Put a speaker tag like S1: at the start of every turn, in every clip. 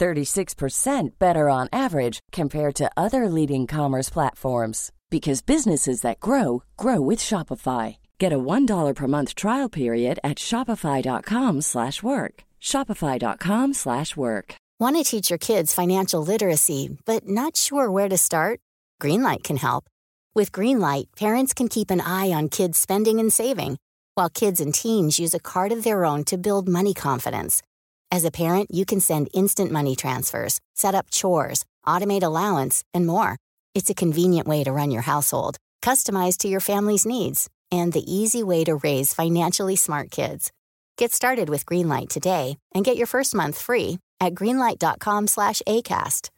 S1: 36% better on average compared to other leading commerce platforms because businesses that grow grow with Shopify. Get a $1 per month trial period at shopify.com/work. shopify.com/work.
S2: Want to teach your kids financial literacy, but not sure where to start? Greenlight can help. With Greenlight, parents can keep an eye on kids' spending and saving, while kids and teens use a card of their own to build money confidence. As a parent, you can send instant money transfers, set up chores, automate allowance, and more. It's a convenient way to run your household, customized to your family's needs, and the easy way to raise financially smart kids. Get started with Greenlight today and get your first month free at greenlight.com/acast.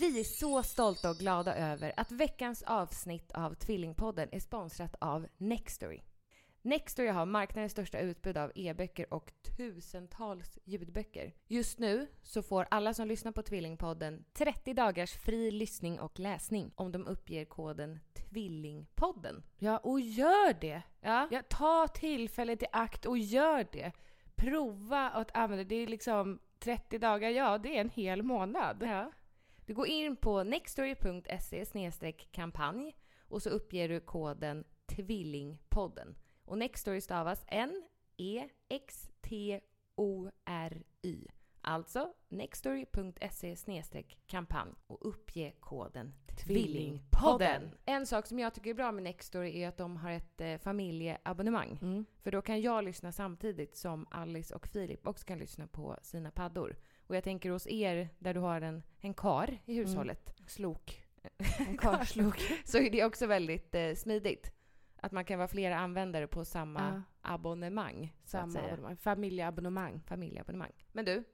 S3: Vi är så stolta och glada över att veckans avsnitt av Tvillingpodden är sponsrat av Nextory. Nextory har marknadens största utbud av e-böcker och tusentals ljudböcker. Just nu så får alla som lyssnar på Tvillingpodden 30 dagars fri lyssning och läsning om de uppger koden Tvillingpodden. Ja, och gör det! Ja, ja ta tillfället i akt och gör det. Prova att använda det. är liksom 30 dagar, ja det är en hel månad. Ja. Du går in på nextory.se kampanj och så uppger du koden Tvillingpodden. Och Nextory stavas E N-E-X-T-O-R-Y. Alltså nextory.se kampanj och uppge koden Tvillingpodden. En sak som jag tycker är bra med Nextory är att de har ett eh, familjeabonnemang. För då kan jag lyssna samtidigt som Alice och Filip också kan lyssna på sina paddor. Och jag tänker hos er där du har en, en kar i hushållet, Mm. slok,
S4: En karslok.
S3: så är det också väldigt eh, smidigt. Att man kan vara flera användare på samma abonnemang. Så att
S4: Samma
S3: säga.
S4: abonnemang. Familjeabonnemang.
S3: Familjeabonnemang. Men du,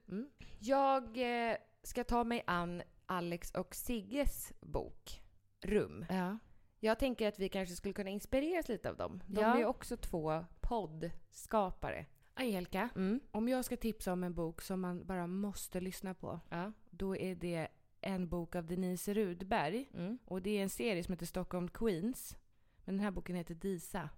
S3: jag eh, ska ta mig an Alex och Sigges bok Rum.
S4: Ja.
S3: Jag tänker att vi kanske skulle kunna inspireras lite av dem. De
S4: Ja.
S3: är ju också två poddskapare. Mm.
S4: Angelica, om jag ska tipsa om en bok som man bara måste lyssna på,
S3: Ja.
S4: då är det en bok av Denise Rudberg.
S3: Mm.
S4: Och det är en serie som heter Stockholm Queens. Men den här boken heter Disa.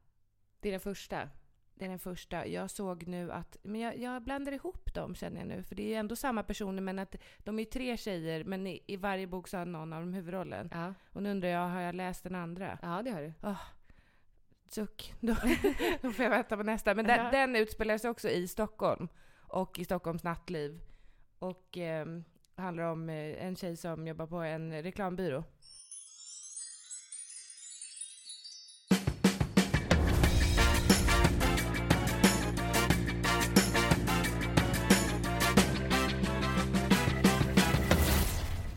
S3: Det är den första.
S4: Det är den första. Jag såg nu att, men jag, jag blandar ihop dem känner jag nu. För det är ju ändå samma personer men att de är ju tre tjejer men i, i varje bok så har någon av dem huvudrollen.
S3: Ja,
S4: Och nu undrar jag, har jag läst den andra? Ah,
S3: ja det har du.
S4: Suck. Då, då får jag vänta på nästa. Men den, den utspelar sig också i Stockholm och i Stockholms nattliv. Och ehm, handlar om eh, en tjej som jobbar på en reklambyrå.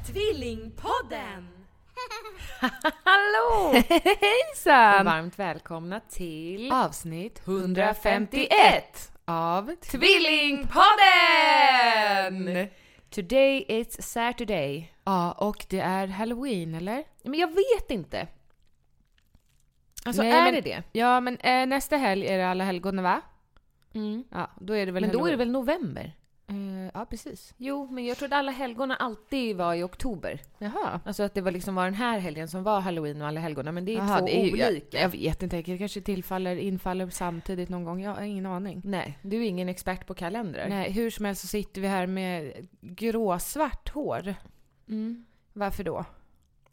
S3: Tvillingpodden! Hallå! Och
S4: Hejsan!
S3: varmt välkomna till
S4: Avsnitt
S3: 151
S4: av
S3: Tvillingpodden! Today it's Saturday.
S4: Ja, och det är halloween eller?
S3: Men jag vet inte.
S4: Alltså,
S3: Nej,
S4: är
S3: men-
S4: det det? Ja, men eh, nästa helg är det alla helgon va? Ja, då är det väl
S3: Mm. Men då är det
S4: halloween.
S3: väl november?
S4: Eh, ja, precis.
S3: Jo, men jag trodde alla helgona alltid var i oktober.
S4: Jaha.
S3: Alltså att det var liksom var den här helgen som var halloween och alla helgona. Men det är
S4: Jaha,
S3: två
S4: det är ju-
S3: olika.
S4: Jag, jag vet inte, det kanske tillfaller, infaller samtidigt någon gång. Jag har ingen aning.
S3: Nej, du är ingen expert på kalendrar.
S4: Nej, hur som helst så sitter vi här med gråsvart hår.
S3: Mm.
S4: Varför då?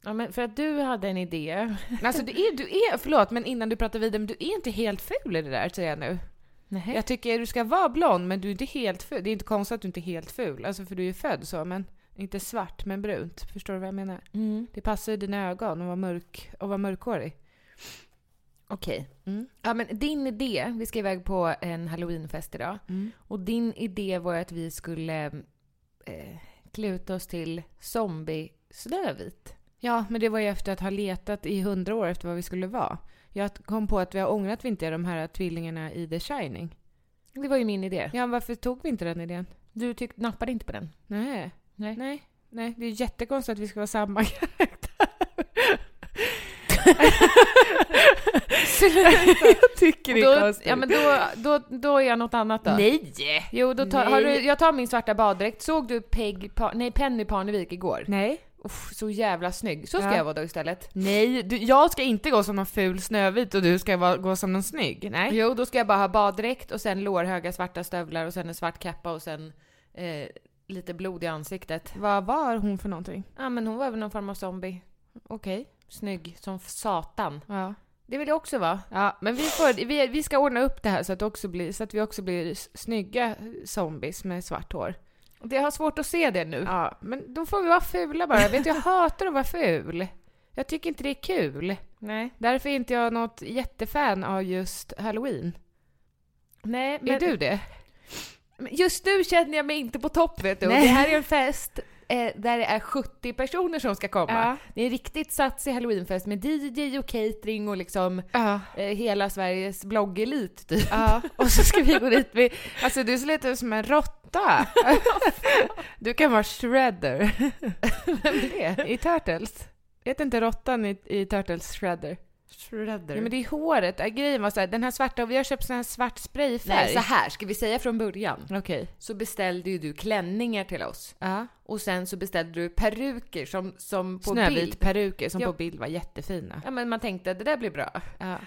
S3: Ja, men för att du hade en idé.
S4: Men Alltså du är, du är, förlåt men innan du pratar vidare, men du är inte helt ful i det där säger jag nu.
S3: Nej.
S4: Jag tycker du ska vara blond men du är inte helt ful. Det är inte konstigt att du inte är helt ful, alltså för du är ju född så men inte svart men brunt. Förstår du vad jag menar?
S3: Mm.
S4: Det passar ju dina ögon att vara mörk och vara mörkhårig.
S3: Okej.
S4: Mm.
S3: Ja, men din idé, vi ska iväg på en halloweenfest idag.
S4: Mm.
S3: Och din idé var ju att vi skulle eh, kluta oss till zombie Snövit.
S4: Ja, men det var ju efter att ha letat i hundra år efter vad vi skulle vara. Jag kom på att vi har ångrat att vi inte är de här tvillingarna i The Shining.
S3: Det var ju min idé.
S4: Ja, varför tog vi inte den idén?
S3: Du tyck, nappade inte på den.
S4: Nej.
S3: Nej.
S4: Nej. Nej, det är jättekonstigt att vi ska vara samma karaktär. jag tycker det är
S3: Då,
S4: konstigt.
S3: ja, men då, då, då är jag något annat då.
S4: Nej!
S3: Jo, då tar,
S4: Nej.
S3: har du, jag tar min svarta baddräkt. Såg du Peg, pa, nej, Penny Parnevik igår?
S4: Nej.
S3: Uff, så jävla snygg. Så ska
S4: Ja.
S3: jag vara då istället.
S4: Nej, du, jag ska inte gå som någon ful Snövit och du ska vara, gå som någon snygg. Nej.
S3: Jo, då ska jag bara ha baddräkt och sen lårhöga svarta stövlar och sen en svart kappa och sen eh, lite blod i ansiktet.
S4: Vad var hon för någonting?
S3: Ja, men hon var väl någon form av zombie.
S4: Okej.
S3: Snygg som satan.
S4: Ja.
S3: Det vill jag också vara.
S4: ja, men vi, får, vi, vi ska ordna upp det här så att, det också blir, så att vi också blir s- snygga zombies med svart hår.
S3: Det har svårt att se det nu.
S4: Ja, men då får vi vara fula bara. Vet du, jag hatar att vara ful. Jag tycker inte det är kul.
S3: Nej.
S4: Därför är inte jag något jättefan av just halloween.
S3: Nej,
S4: är du det?
S3: Men Just nu känner jag mig inte på topp vet du.
S4: Nej.
S3: Det här är en fest eh, där det är 70 personer som ska komma. Det är en riktigt satsig halloweenfest med DJ och catering och liksom
S4: Ja.
S3: eh, hela Sveriges bloggelit typ.
S4: Ja, och så ska vi gå dit med... Alltså du ser lite ut som en råtta. Du kan vara shredder.
S3: Vem är det?
S4: I Turtles. Heter inte råttan i, i Turtles shredder?
S3: Shredder.
S4: Ja, men det är håret. Äh, grejen var så här, den här svarta, och vi har köpt sån här svart sprayfärg.
S3: Nej, så här ska vi säga från början.
S4: Okej.
S3: Så beställde ju du klänningar till oss.
S4: Ja.
S3: Och sen så beställde du peruker som, som på bild.
S4: Snövit-peruker som
S3: Ja.
S4: på bild var jättefina.
S3: Ja men man tänkte det där blir bra.
S4: Ja.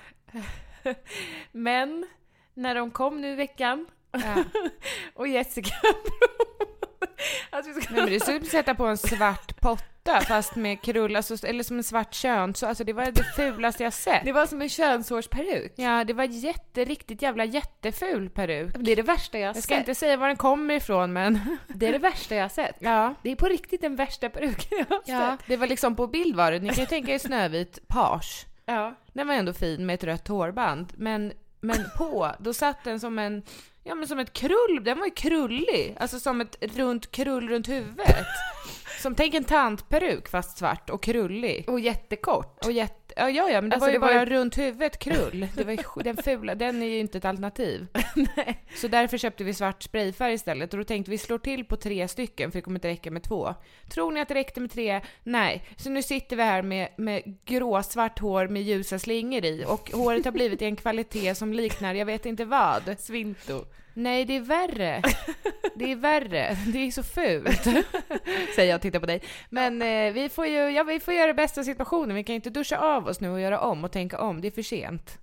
S3: Men när de kom nu i veckan
S4: Ja.
S3: och Jessica provade att vi ska
S4: Nej, men det såg ut som att sätta på en svart potta fast med krull, alltså, eller som en svart kön. Så, alltså, det var det fulaste jag sett.
S3: Det var som en könshårsperuk.
S4: Ja, det var jätte, riktigt jävla jätteful peruk.
S3: Det är det värsta jag har
S4: Jag ska
S3: sett.
S4: inte säga var den kommer ifrån men...
S3: Det är det värsta jag har sett.
S4: Ja.
S3: Det är på riktigt den värsta peruken jag har
S4: ja.
S3: sett.
S4: Det var liksom på bild var det. Ni kan ju tänka er Snövit page.
S3: Ja.
S4: Den var ändå fin med ett rött hårband. Men, men på, då satt den som en... Ja men som ett krull, den var ju krullig. Alltså som ett runt krull runt huvudet. Som tänk en tantperuk fast svart och krullig.
S3: Och jättekort.
S4: Och jätte, ja, ja, ja, men det
S3: Alltså,
S4: var ju
S3: det var
S4: bara
S3: ju-
S4: runt huvudet krull. Det var ju, sj- den fula, den är ju inte ett alternativ. Så därför köpte vi svart sprayfärg istället och då tänkte vi slår till på tre stycken för det kommer inte räcka med två. Tror ni att det räckte med tre? Nej. Så nu sitter vi här med, med gråsvart hår med ljusa slingor i och håret har blivit i en kvalitet som liknar jag vet inte vad.
S3: Svinto.
S4: Nej, det är värre. Det är värre. Det är så fult. Säger jag och tittar på dig. Men eh, vi, får ju, ja, vi får göra det bästa av situationen. Vi kan ju inte duscha av oss nu och göra om och tänka om. Det är för sent.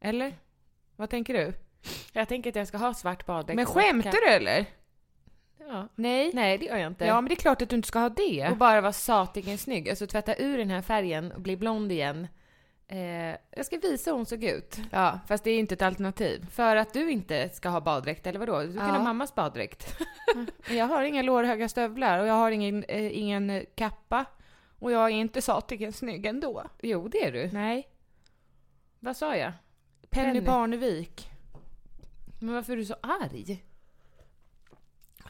S4: Eller? Vad tänker du?
S3: Jag tänker att jag ska ha svart baddräkt.
S4: Men skämtar du eller?
S3: Ja.
S4: Nej.
S3: Nej, det gör jag inte.
S4: Ja, men det är klart att du inte ska ha det.
S3: Och bara vara satigen snygg. Alltså tvätta ur den här färgen och bli blond igen. Eh, jag ska visa hur hon såg ut.
S4: Ja, fast det är inte ett alternativ.
S3: För att du inte ska ha baddräkt, eller vadå? Du kan
S4: Ja.
S3: ha mammas baddräkt.
S4: Men Jag har inga lårhöga stövlar och jag har ingen, eh, ingen eh, kappa. Och jag är inte satigen snygg ändå.
S3: Jo, det är du.
S4: Nej.
S3: Vad sa jag?
S4: Penny,
S3: Penny.
S4: Parnevik.
S3: Men varför är du så arg?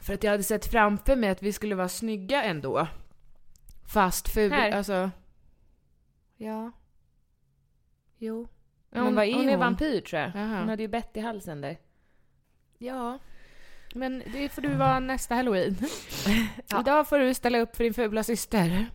S4: För att jag hade sett framför mig att vi skulle vara snygga ändå. Fast ful,
S3: Här.
S4: alltså. Ja. Jo.
S3: Men hon, vad är hon, är vampyr tror jag.
S4: Jaha.
S3: Hon hade ju bett i halsen där.
S4: Ja. Men det får du vara nästa halloween.
S3: Ja.
S4: Idag får du ställa upp för din fula syster.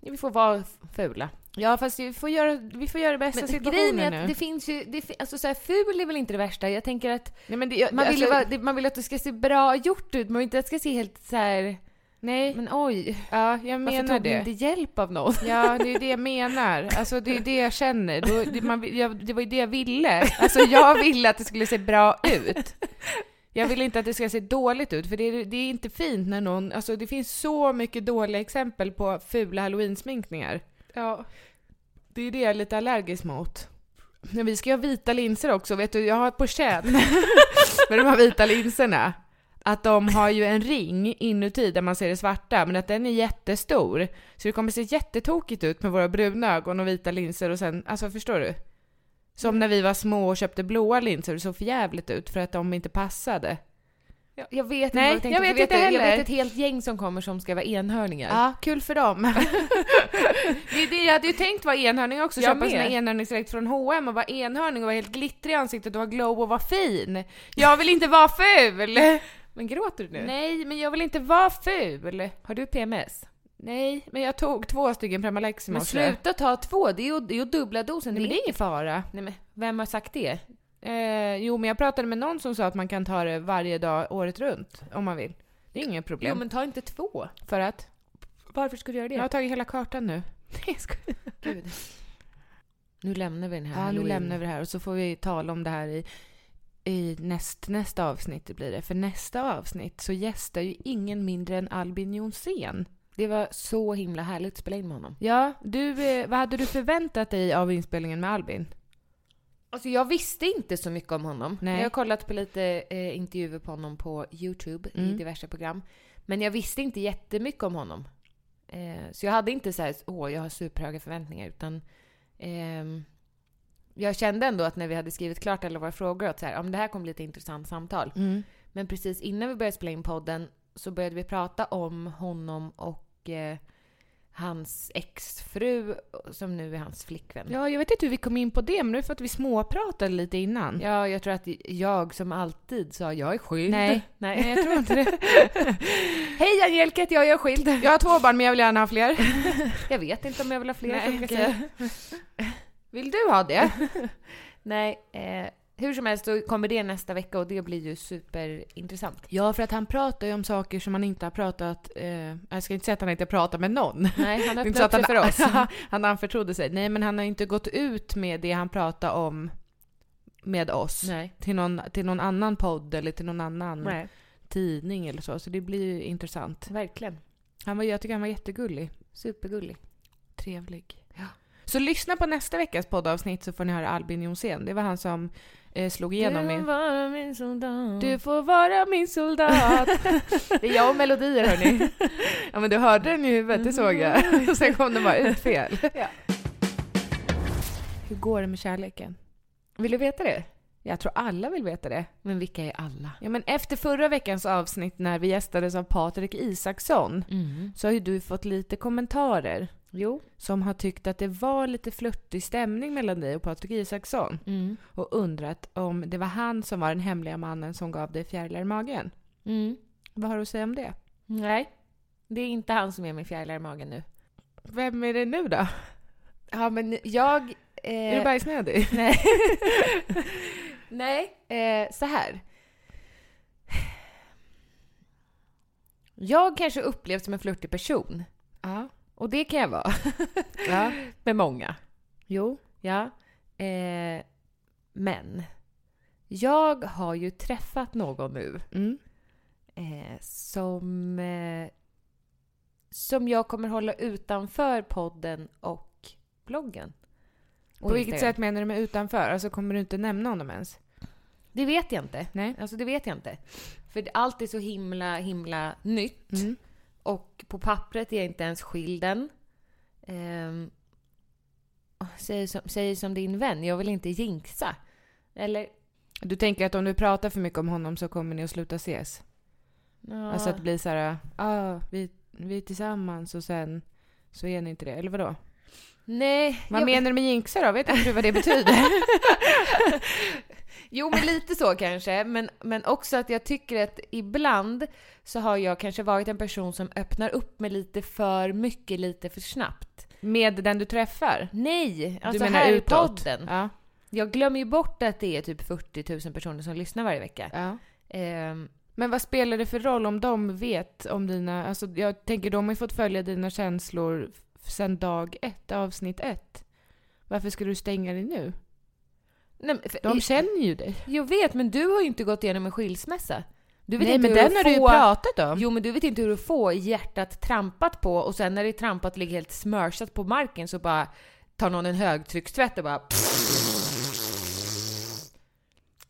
S3: Vi får vara f- fula.
S4: Ja fast vi får göra, vi får göra det bästa
S3: Men
S4: situationen
S3: grejen
S4: nu.
S3: är att det finns ju, det, fi- alltså så här, ful är väl inte det värsta. Jag tänker att
S4: Nej, men det, jag,
S3: man, vill ju
S4: alltså,
S3: vara, det, man vill att det ska se bra gjort ut, man vill inte att det ska se helt så här.
S4: Nej,
S3: men oj,
S4: ja,
S3: varför
S4: jag menar
S3: tog ni
S4: det.
S3: inte hjälp av någon?
S4: Ja, det är det jag menar. Alltså det är det jag känner. Då, det, man, vill- jag, det var ju det jag ville. Alltså jag ville att det skulle se bra ut. Jag vill inte att det ska se dåligt ut, för det är, det är inte fint när någon... Alltså det finns så mycket dåliga exempel på fula halloween-sminkningar.
S3: Ja.
S4: Det är det jag är lite allergisk mot. Men vi ska ju ha vita linser också, vet du? Jag har på känn med de här vita linserna. Att de har ju en ring inuti där man ser det svarta, men att den är jättestor. Så det kommer se jättetokigt ut med våra bruna ögon och vita linser och sen, alltså förstår du? Som när vi var små och köpte blåa linser, det såg för jävligt ut för att de inte passade.
S3: Jag, jag vet
S4: Nej,
S3: inte vad jag tänkte,
S4: jag vet
S3: för
S4: inte
S3: du, Jag
S4: heller.
S3: vet ett helt gäng som kommer som ska vara enhörningar.
S4: Ja, kul för dem. det, är det, jag hade ju tänkt vara enhörning också,
S3: Jag
S4: köpa
S3: med.
S4: sina enhörningsdräkt från H&M och vara enhörning och vara helt glittrig i ansiktet och ha glow och vara fin. Jag vill inte vara ful! Men gråter du nu?
S3: Nej, men
S4: Jag vill inte vara ful! Har du PMS? Nej, men jag tog två stycken Premalex i
S3: Men
S4: morse.
S3: sluta ta två, det är ju, det är ju dubbla dosen.
S4: Nej, men det är
S3: inte-
S4: ingen fara.
S3: Nej, men,
S4: Vem har sagt det? Eh, jo, men jag pratade med någon som sa att man kan ta det varje dag året runt om man vill. Det är inget problem.
S3: jo, men ta inte två.
S4: För att?
S3: Varför skulle du göra det?
S4: Jag har tagit hela kartan nu.
S3: Gud. Nu lämnar vi den här
S4: Ja, nu
S3: halloween.
S4: lämnar vi det här och så får vi tala om det här i, i näst, nästa avsnitt. Det blir det. För nästa avsnitt så gästar ju ingen mindre än Albin Jonsén.
S3: Det var så himla härligt att spela in med honom.
S4: Ja, du, eh, vad hade du förväntat dig av inspelningen med Albin?
S3: Alltså jag visste inte så mycket om honom.
S4: Nej.
S3: Jag har kollat på lite eh, intervjuer på honom på Youtube i
S4: Mm.
S3: diverse program. Men jag visste inte jättemycket om honom. Eh, så jag hade inte så här, åh jag har superhöga förväntningar. Utan ehm, jag kände ändå att när vi hade skrivit klart alla våra frågor att så här, om det här kommer bli ett intressant samtal.
S4: Mm.
S3: Men precis innan vi började spela in podden så började vi prata om honom och eh, hans exfru som nu är hans flickvän.
S4: Ja, jag vet inte hur vi kom in på det, men det är för att vi småpratade lite innan.
S3: Ja, jag tror att jag som alltid sa jag är skild.
S4: Nej.
S3: Nej.
S4: Nej, jag tror inte det.
S3: Hej Angelica heter jag, jag är skild.
S4: Jag har två barn, men jag vill gärna ha fler.
S3: Jag vet inte om jag vill ha fler. som
S4: Nej,
S3: jag
S4: okej.
S3: säga. Vill du ha det? Nej. Eh, hur som helst så kommer det nästa vecka och det blir ju superintressant.
S4: Ja, för att han pratar ju om saker som han inte har pratat... Eh, jag ska inte säga att han inte pratar med någon.
S3: Nej, han
S4: Det är inte så
S3: öppnar upp
S4: att
S3: sig
S4: han,
S3: för oss.
S4: han anförtrodde sig. Nej, men han har inte gått ut med det han pratar om med oss.
S3: Nej.
S4: Till någon, till någon annan podd eller till någon
S3: Mm.
S4: annan tidning eller så. Så det blir ju intressant.
S3: verkligen.
S4: Han var, jag tycker han var jättegullig.
S3: Supergullig.
S4: Trevlig.
S3: Ja.
S4: Så lyssna på nästa veckas poddavsnitt så får ni höra Albin Jonsén. Det var han som eh, slog igenom
S3: du
S4: min...
S3: var min soldat.
S4: Du får vara min soldat.
S3: Det är jag och melodier hörni.
S4: ja men du hörde den ju i huvudet, det såg jag. Och sen kom den bara ut fel.
S3: Ja.
S4: Hur går det med kärleken?
S3: Vill du veta det?
S4: Jag tror alla vill veta det.
S3: Men vilka är alla?
S4: Ja men efter förra veckans avsnitt när vi gästades av Patrik Isaksson så har ju du fått lite kommentarer
S3: Jo.
S4: som har tyckt att det var lite flörtig stämning mellan dig och Patrik Isaksson och undrat om det var han som var den hemliga mannen som gav dig fjärilar i magen.
S3: Mm.
S4: Vad har du att säga om det?
S3: Nej. Det är inte han som är min fjärilar i magen nu.
S4: Vem är det nu då?
S3: Ja, men jag... Eh,
S4: Är du bajsnödig?
S3: Nej. Nej, eh, så här. Jag kanske upplevs som en flörtig person.
S4: Ja.
S3: Och det kan jag vara.
S4: ja.
S3: Med många.
S4: Jo.
S3: Ja. Eh, men. Jag har ju träffat någon nu
S4: Mm.
S3: eh, som, eh, som jag kommer hålla utanför podden och bloggen. Och
S4: På vilket
S3: Instagram.
S4: sätt menar du med utanför? Alltså kommer du inte nämna honom ens?
S3: Det vet jag inte.
S4: Nej.
S3: Alltså det vet jag inte. För det- allt är så himla, himla nytt.
S4: Mm.
S3: Och på pappret är jag inte ens skild än. Ehm, åh, säger, som, säger som din vän, jag vill inte jinxa. Eller?
S4: Du tänker att om du pratar för mycket om honom så kommer ni att sluta ses?
S3: Ja,
S4: Alltså att det blir så här, ah, vi, vi är tillsammans och sen så är ni inte det. Eller vadå?
S3: nej.
S4: Vad
S3: jag-
S4: menar du med jinxa då? Vet inte du vad det betyder?
S3: Jo, men lite så kanske. Men, men också att jag tycker att ibland så har jag kanske varit en person som öppnar upp mig lite för mycket, lite för snabbt.
S4: med den du träffar?
S3: Nej! Alltså
S4: menar
S3: här i
S4: utåt?
S3: podden.
S4: Ja.
S3: Jag glömmer ju bort att det är typ 40 000 personer som lyssnar varje vecka.
S4: ja.
S3: Ehm,
S4: Men vad spelar det för roll om de vet om dina... Alltså jag tänker, de har ju fått följa dina känslor f- sen dag ett, avsnitt ett. Varför ska du stänga dig nu?
S3: nej, men för,
S4: De
S3: i-
S4: känner ju dig.
S3: Jag vet, men du har ju inte gått igenom en skilsmässa. Du vet
S4: Nej,
S3: inte
S4: men
S3: hur
S4: den
S3: att
S4: har du ju
S3: få-
S4: pratat om.
S3: Jo, men du vet inte hur du får hjärtat trampat på och sen när det trampat ligger helt smörsat på marken så bara tar någon en högtryckstvätt och bara...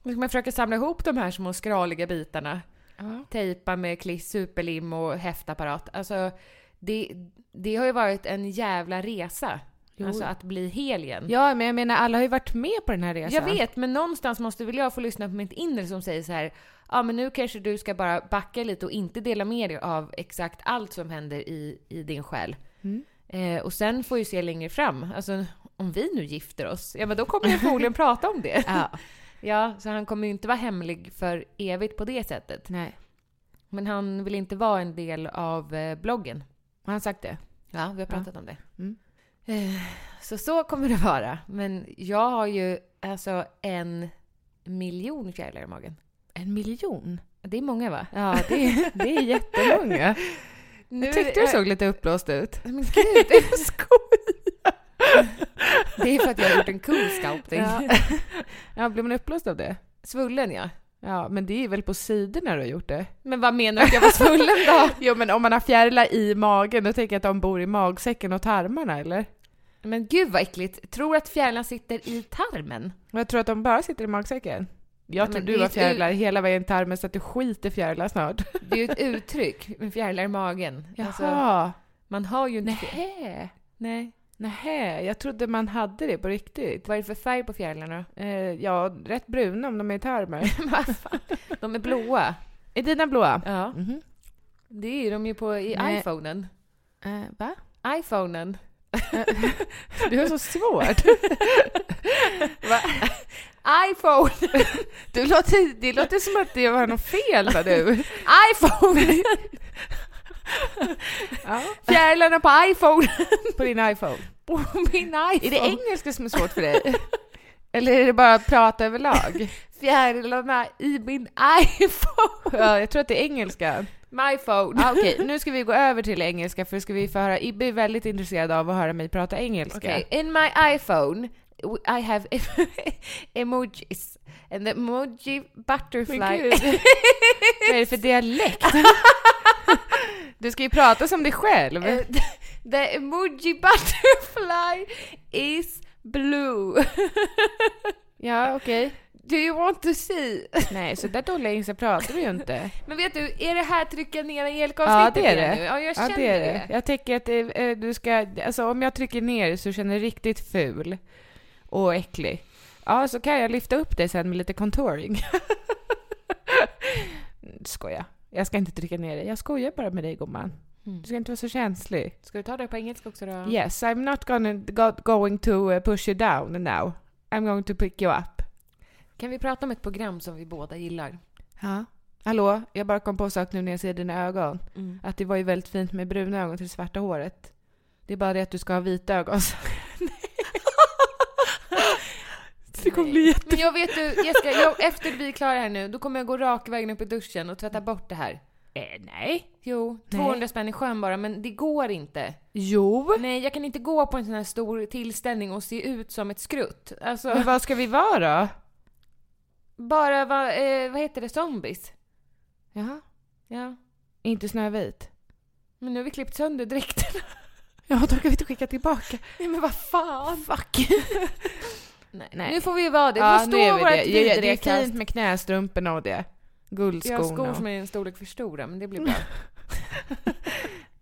S3: Nu ska man försöka samla ihop de här små skraliga bitarna.
S4: Ja.
S3: Tejpa med kliss, superlim och häftapparat. Alltså, det, det har ju varit en jävla resa.
S4: Jo.
S3: Alltså att bli hel igen.
S4: ja, men jag menar alla har ju varit med på den här resan.
S3: Jag vet, men någonstans måste väl jag få lyssna på mitt inre som säger så här. Ja, men nu kanske du ska bara backa lite och inte dela med dig av exakt allt som händer i, i din själ.
S4: Mm.
S3: Eh, och sen får ju se längre fram. Alltså, om vi nu gifter oss, ja men då kommer jag förmodligen prata om det.
S4: Ja.
S3: Ja, så han kommer ju inte vara hemlig för evigt på det sättet.
S4: Nej. Men han vill inte vara en del av eh, bloggen. Har han sagt det?
S3: Ja, vi har pratat om det.
S4: Mm.
S3: Eh,
S4: Så så kommer det vara. Men jag har ju alltså en miljon fjärilar i magen.
S3: En miljon?
S4: Det är många va?
S3: Ja, det, det är jättemånga.
S4: Nu
S3: jag tyckte du såg lite uppblåst ut.
S4: Men gud, det är
S3: Det är för att jag har gjort en cool sculpting.
S4: Ja. ja, blir man uppblåst av det?
S3: Svullen ja.
S4: Ja, men det är väl på sidorna du har gjort det?
S3: Men vad menar du att jag var svullen då?
S4: Jo, men om man har fjärilar i magen, då tänker jag att de bor i magsäcken och tarmarna, eller?
S3: Men gud vad äckligt. Tror att fjärilar sitter i tarmen?
S4: Jag tror att de bara sitter i magsäcken. Jag
S3: Ja,
S4: tror
S3: men
S4: du
S3: det är
S4: har
S3: ett
S4: fjärilar hela vägen i tarmen så att du skiter fjärilar snart.
S3: Det är ju ett uttryck, med fjärilar i magen. Alltså,
S4: Jaha.
S3: man har ju inte...
S4: Nähä.
S3: Nej.
S4: Nähä, jag trodde man hade det på riktigt.
S3: Vad är det för färg på fjärilarna?
S4: Eh, ja, rätt bruna om de är i tarmer.
S3: Vad fan? De är blåa.
S4: är dina blåa?
S3: Ja.
S4: Mhm.
S3: Det är de ju på i
S4: Nej.
S3: iPhonen.
S4: Eh, va?
S3: iPhonen.
S4: Du har så svårt.
S3: Va? iPhone!
S4: Du låter, det låter som att det var något fel där du.
S3: iPhone!
S4: Ja,
S3: Fjärilarna på iPhone!
S4: på din iPhone.
S3: På min iPhone!
S4: Är det engelska som är svårt för dig? Eller är det bara att prata överlag?
S3: Fjärilarna i min iPhone!
S4: Ja, jag tror att det är engelska.
S3: My phone!
S4: Ah, Okej, nu ska vi gå över till engelska för ska vi få höra, Ibbe är väldigt intresserad av att höra mig prata engelska.
S3: Okay. In my iPhone, w- I have emojis. And the emoji
S4: Men
S3: butterfly.
S4: gud, vad är det för dialekt? Du ska ju prata som dig själv.
S3: Eh, the emoji butterfly is blue.
S4: Ja, okej.
S3: Do you want to see?
S4: Nej, så där dålig engelska pratar du ju inte.
S3: Men vet du, är det här trycka ner
S4: Ja,
S3: elkavsnittet
S4: det är
S3: igen
S4: det.
S3: nu? Ja, jag
S4: Ja,
S3: känner
S4: det är
S3: det.
S4: det. Jag tänker att eh, eh, du ska, alltså om jag trycker ner så känner jag riktigt ful och äcklig. Ja, så kan jag lyfta upp dig sen med lite contouring. Skoja. Jag ska inte trycka ner dig. Jag skojar bara med dig gumman. Du ska inte vara så känslig.
S3: Mm. Ska du ta det på engelska också då?
S4: Yes, I'm not gonna, go, going to eh, push you down now. I'm going to pick you up.
S3: Kan vi prata om ett program som vi båda gillar?
S4: Ja. Hallå, jag bara kom på en sak nu när jag ser dina ögon. Att det var ju väldigt fint med bruna ögon till det svarta håret. Det är bara det att du ska ha vita ögon. så- det kommer bli jätte...
S3: Men jag vet du, Jessica, jag, efter vi är klara här nu, då kommer jag gå rak vägen upp i duschen och tvätta bort det här.
S4: Eh, nej.
S3: Jo,
S4: Nej.
S3: 200 spänn i sjön bara, men det går inte.
S4: Jo.
S3: Nej, jag kan inte gå på en sån här stor tillställning och se ut som ett skrutt. Alltså,
S4: Men vad ska vi vara då?
S3: bara va, eh, vad heter det, zombies?
S4: Jaha.
S3: Ja.
S4: Inte Snövit?
S3: Men nu har vi klippt sönder dräkterna.
S4: Ja, då kan vi inte skicka tillbaka.
S3: Nej men vad fan! Fuck! Nej,
S4: Nej.
S3: Nu får vi vara det.
S4: Ja,
S3: Vi får
S4: nu är
S3: stå
S4: vi
S3: vårt
S4: det. Ja, ja, det
S3: vidriga
S4: är
S3: kast.
S4: fint med knästrumporna och det.
S3: Jag har
S4: Guldskorna.
S3: skor
S4: och-
S3: som är en storlek för stora, men det blir bra.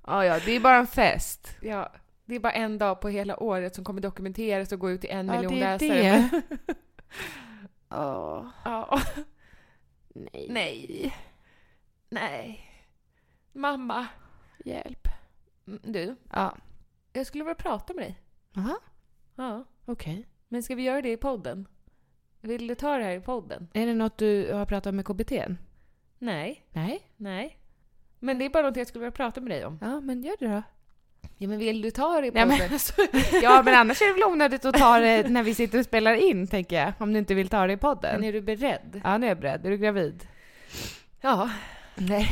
S4: Ja, ja, det är bara en fest.
S3: Ja, det är bara en dag på hela året som kommer dokumenteras och gå ut till en miljon läsare.
S4: Åh,
S3: Ja.
S4: nej.
S3: Nej. Nej. Mamma.
S4: Hjälp.
S3: Mm, Du,
S4: Ja.
S3: jag skulle vilja prata med dig.
S4: Jaha,
S3: Ja.
S4: okej.
S3: Men ska vi göra det i podden? Vill du ta det här i podden?
S4: Är det något du har pratat med KBT?
S3: Nej.
S4: Nej.
S3: Nej. Men det är bara något jag skulle vilja prata med dig om.
S4: Ja, men gör det då.
S3: Ja, men alltså. vill du ta det i
S4: Nej,
S3: podden?
S4: men Ja, men annars är det väl onödigt att ta det när vi sitter och spelar in, tänker jag. Om du inte vill ta det i
S3: Men
S4: podden.
S3: är du beredd?
S4: Ja, nu är jag beredd. Är du gravid?
S3: Ja. Nej.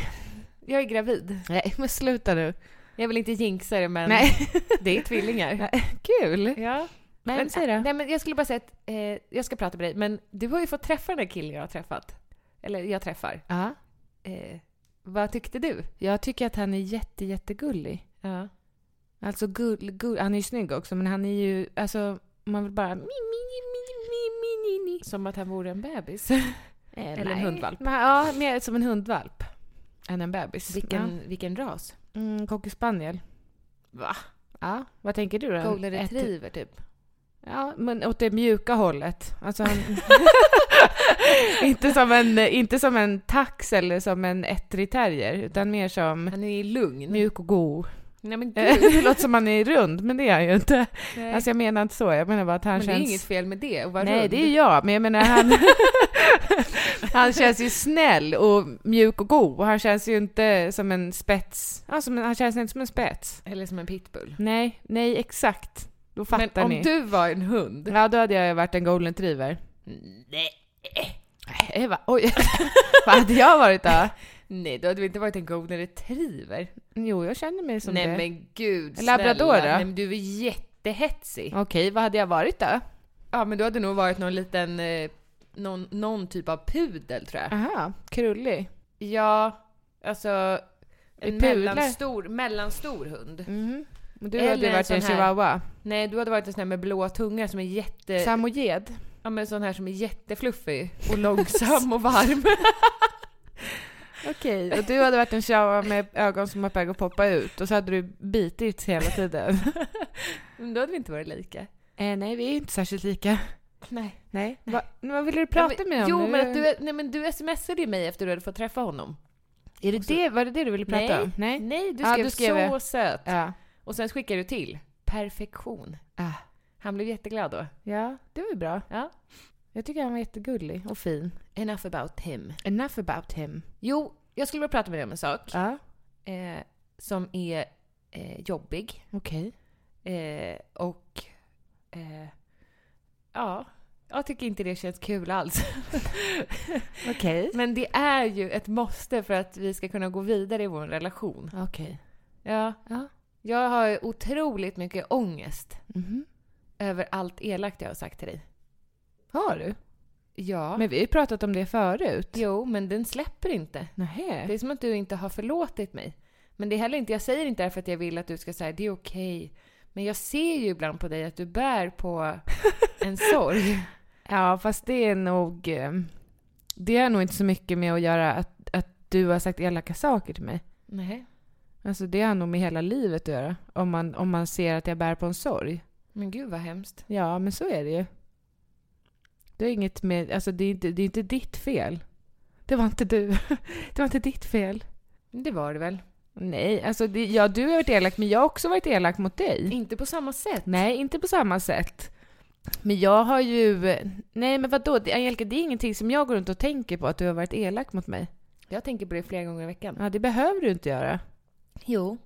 S3: Jag är gravid.
S4: Nej, men sluta nu.
S3: Jag vill inte jinxa det, men
S4: Nej.
S3: det är tvillingar.
S4: Kul!
S3: Ja.
S4: Men, säg då.
S3: Nej, men jag skulle bara säga att eh, jag ska prata med dig, men du har ju fått träffa den där killen jag har träffat. Eller jag träffar.
S4: Ja.
S3: Eh, vad tyckte du?
S4: Jag tycker att han är jätte, jättegullig.
S3: Ja.
S4: Alltså gull, gull. Han är ju snygg också, men han är ju... Alltså, man vill bara... mi, mi, mi, mi, mi, mi.
S3: Som att han vore en bebis.
S4: Eh,
S3: Eller en
S4: nej.
S3: hundvalp.
S4: Men, ja, mer som en hundvalp. Än en bebis.
S3: Vilken, vilken ras?
S4: Ja. Mm, Cocker spaniel.
S3: Va?
S4: Ja, vad tänker du då?
S3: Golden
S4: Ett-
S3: retriever typ.
S4: Ja, men åt det mjuka hållet. Alltså han... inte, som en, inte som en tax eller som en ettrig terrier, utan mer som
S3: Han är ju lugn.
S4: mjuk och god.
S3: Nej men
S4: Eh,
S3: gud.
S4: det låter som han är rund, men det är han ju inte.
S3: Nej.
S4: Alltså jag menar inte så, jag menar bara att han
S3: men det är
S4: känns...
S3: inget fel med det, att vara
S4: Nej,
S3: rund.
S4: det är jag, men jag menar han... han känns ju snäll och mjuk och god och han känns ju inte som en spets. Ja, som en, han känns inte som en spets.
S3: Eller som liksom en pitbull.
S4: Nej, nej exakt. Då fattar
S3: Men om
S4: ni.
S3: du var en hund.
S4: Ja, då hade jag varit en golden retriever.
S3: Nej.
S4: Nej, va? Oj. Vad hade jag varit då?
S3: Nej, då hade vi inte varit en golden retriever.
S4: Jo, jag känner mig som
S3: Nej
S4: det.
S3: men gud
S4: Labrador
S3: snälla.
S4: då?
S3: Nej, men du är jättehetsig.
S4: Okej, vad hade jag varit då?
S3: Ja men du hade nog varit någon liten, eh, någon, någon typ av pudel tror jag.
S4: Aha, krullig.
S3: Ja, alltså en
S4: Pudlar?
S3: mellanstor, mellanstor hund.
S4: Mm. Du
S3: Eller
S4: hade
S3: en
S4: varit
S3: sån
S4: en
S3: här-
S4: chihuahua.
S3: Nej, du hade varit en sån här med blå tunga som är
S4: Eh.
S3: jätte...
S4: Samojed.
S3: ja men sån här som är jättefluffig och långsam och varm.
S4: Okej, och du hade varit en chihuahua med ögon som var på väg att poppa ut och så hade du bitit hela tiden.
S3: Men då hade vi inte varit lika.
S4: eh, nej, vi är ju inte särskilt lika.
S3: Nej.
S4: Nej. Va, men vad ville du prata med om?
S3: Jo
S4: Nu-
S3: men att du, nej, men du smsade ju mig efter du hade fått träffa honom.
S4: Är det det, var det det du ville prata
S3: Nej.
S4: om? Nej.
S3: Nej, du
S4: Ja,
S3: skrev,
S4: du skrev
S3: så söt.
S4: Ja.
S3: Och sen skickade du till perfektion.
S4: Ah.
S3: Han blev jätteglad då.
S4: ja, det var ju bra.
S3: Ja.
S4: Jag tycker han var jättegullig och fin.
S3: Enough about him.
S4: Enough about him.
S3: Jo, jag skulle vilja prata med dig om en sak
S4: Ja,
S3: eh, som är eh, jobbig
S4: okej.
S3: eh, och eh, ja, jag tycker inte det känns kul alls.
S4: Okej.
S3: Men det är ju ett måste för att vi ska kunna gå vidare i vår relation.
S4: Okej.
S3: Ja,
S4: Ja.
S3: jag har otroligt mycket ångest
S4: Mhm.
S3: över allt elakt jag har sagt till dig.
S4: Har du?
S3: Ja,
S4: Men vi har ju pratat om det förut.
S3: jo, men den släpper inte. Det
S4: Nej.
S3: är som att du inte har förlåtit mig. Men det är heller inte, jag säger inte det här för att jag vill att du ska säga det är okej. Men jag ser ju ibland på dig att du bär på en sorg.
S4: Ja, fast det är nog... eh, Det har nog inte så mycket med att göra att, att du har sagt elaka saker till mig.
S3: Nej,
S4: Alltså det har nog med hela livet att göra. Om man, om man ser att jag bär på en sorg.
S3: men gud vad hemskt.
S4: Ja, men så är det ju. Det är inget med... Alltså det är inte, det är inte ditt fel. Det var inte du. Det var inte ditt fel.
S3: Det var det väl?
S4: Nej, alltså det, ja, du har varit elak, men jag har också varit elak mot dig.
S3: Inte på samma sätt.
S4: Mm. Nej, inte på samma sätt. Men jag har ju... Nej, men vadå? Det- Angelica, det är ingenting som jag går runt och tänker på, att du har varit elak mot mig.
S3: Jag tänker på det flera gånger i veckan.
S4: Ja, det behöver du inte göra.
S3: Jo.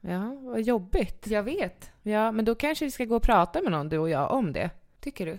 S4: Ja, vad jobbigt.
S3: Jag vet.
S4: Ja, men då kanske vi ska gå och prata med någon, du och jag, om det.
S3: Tycker du?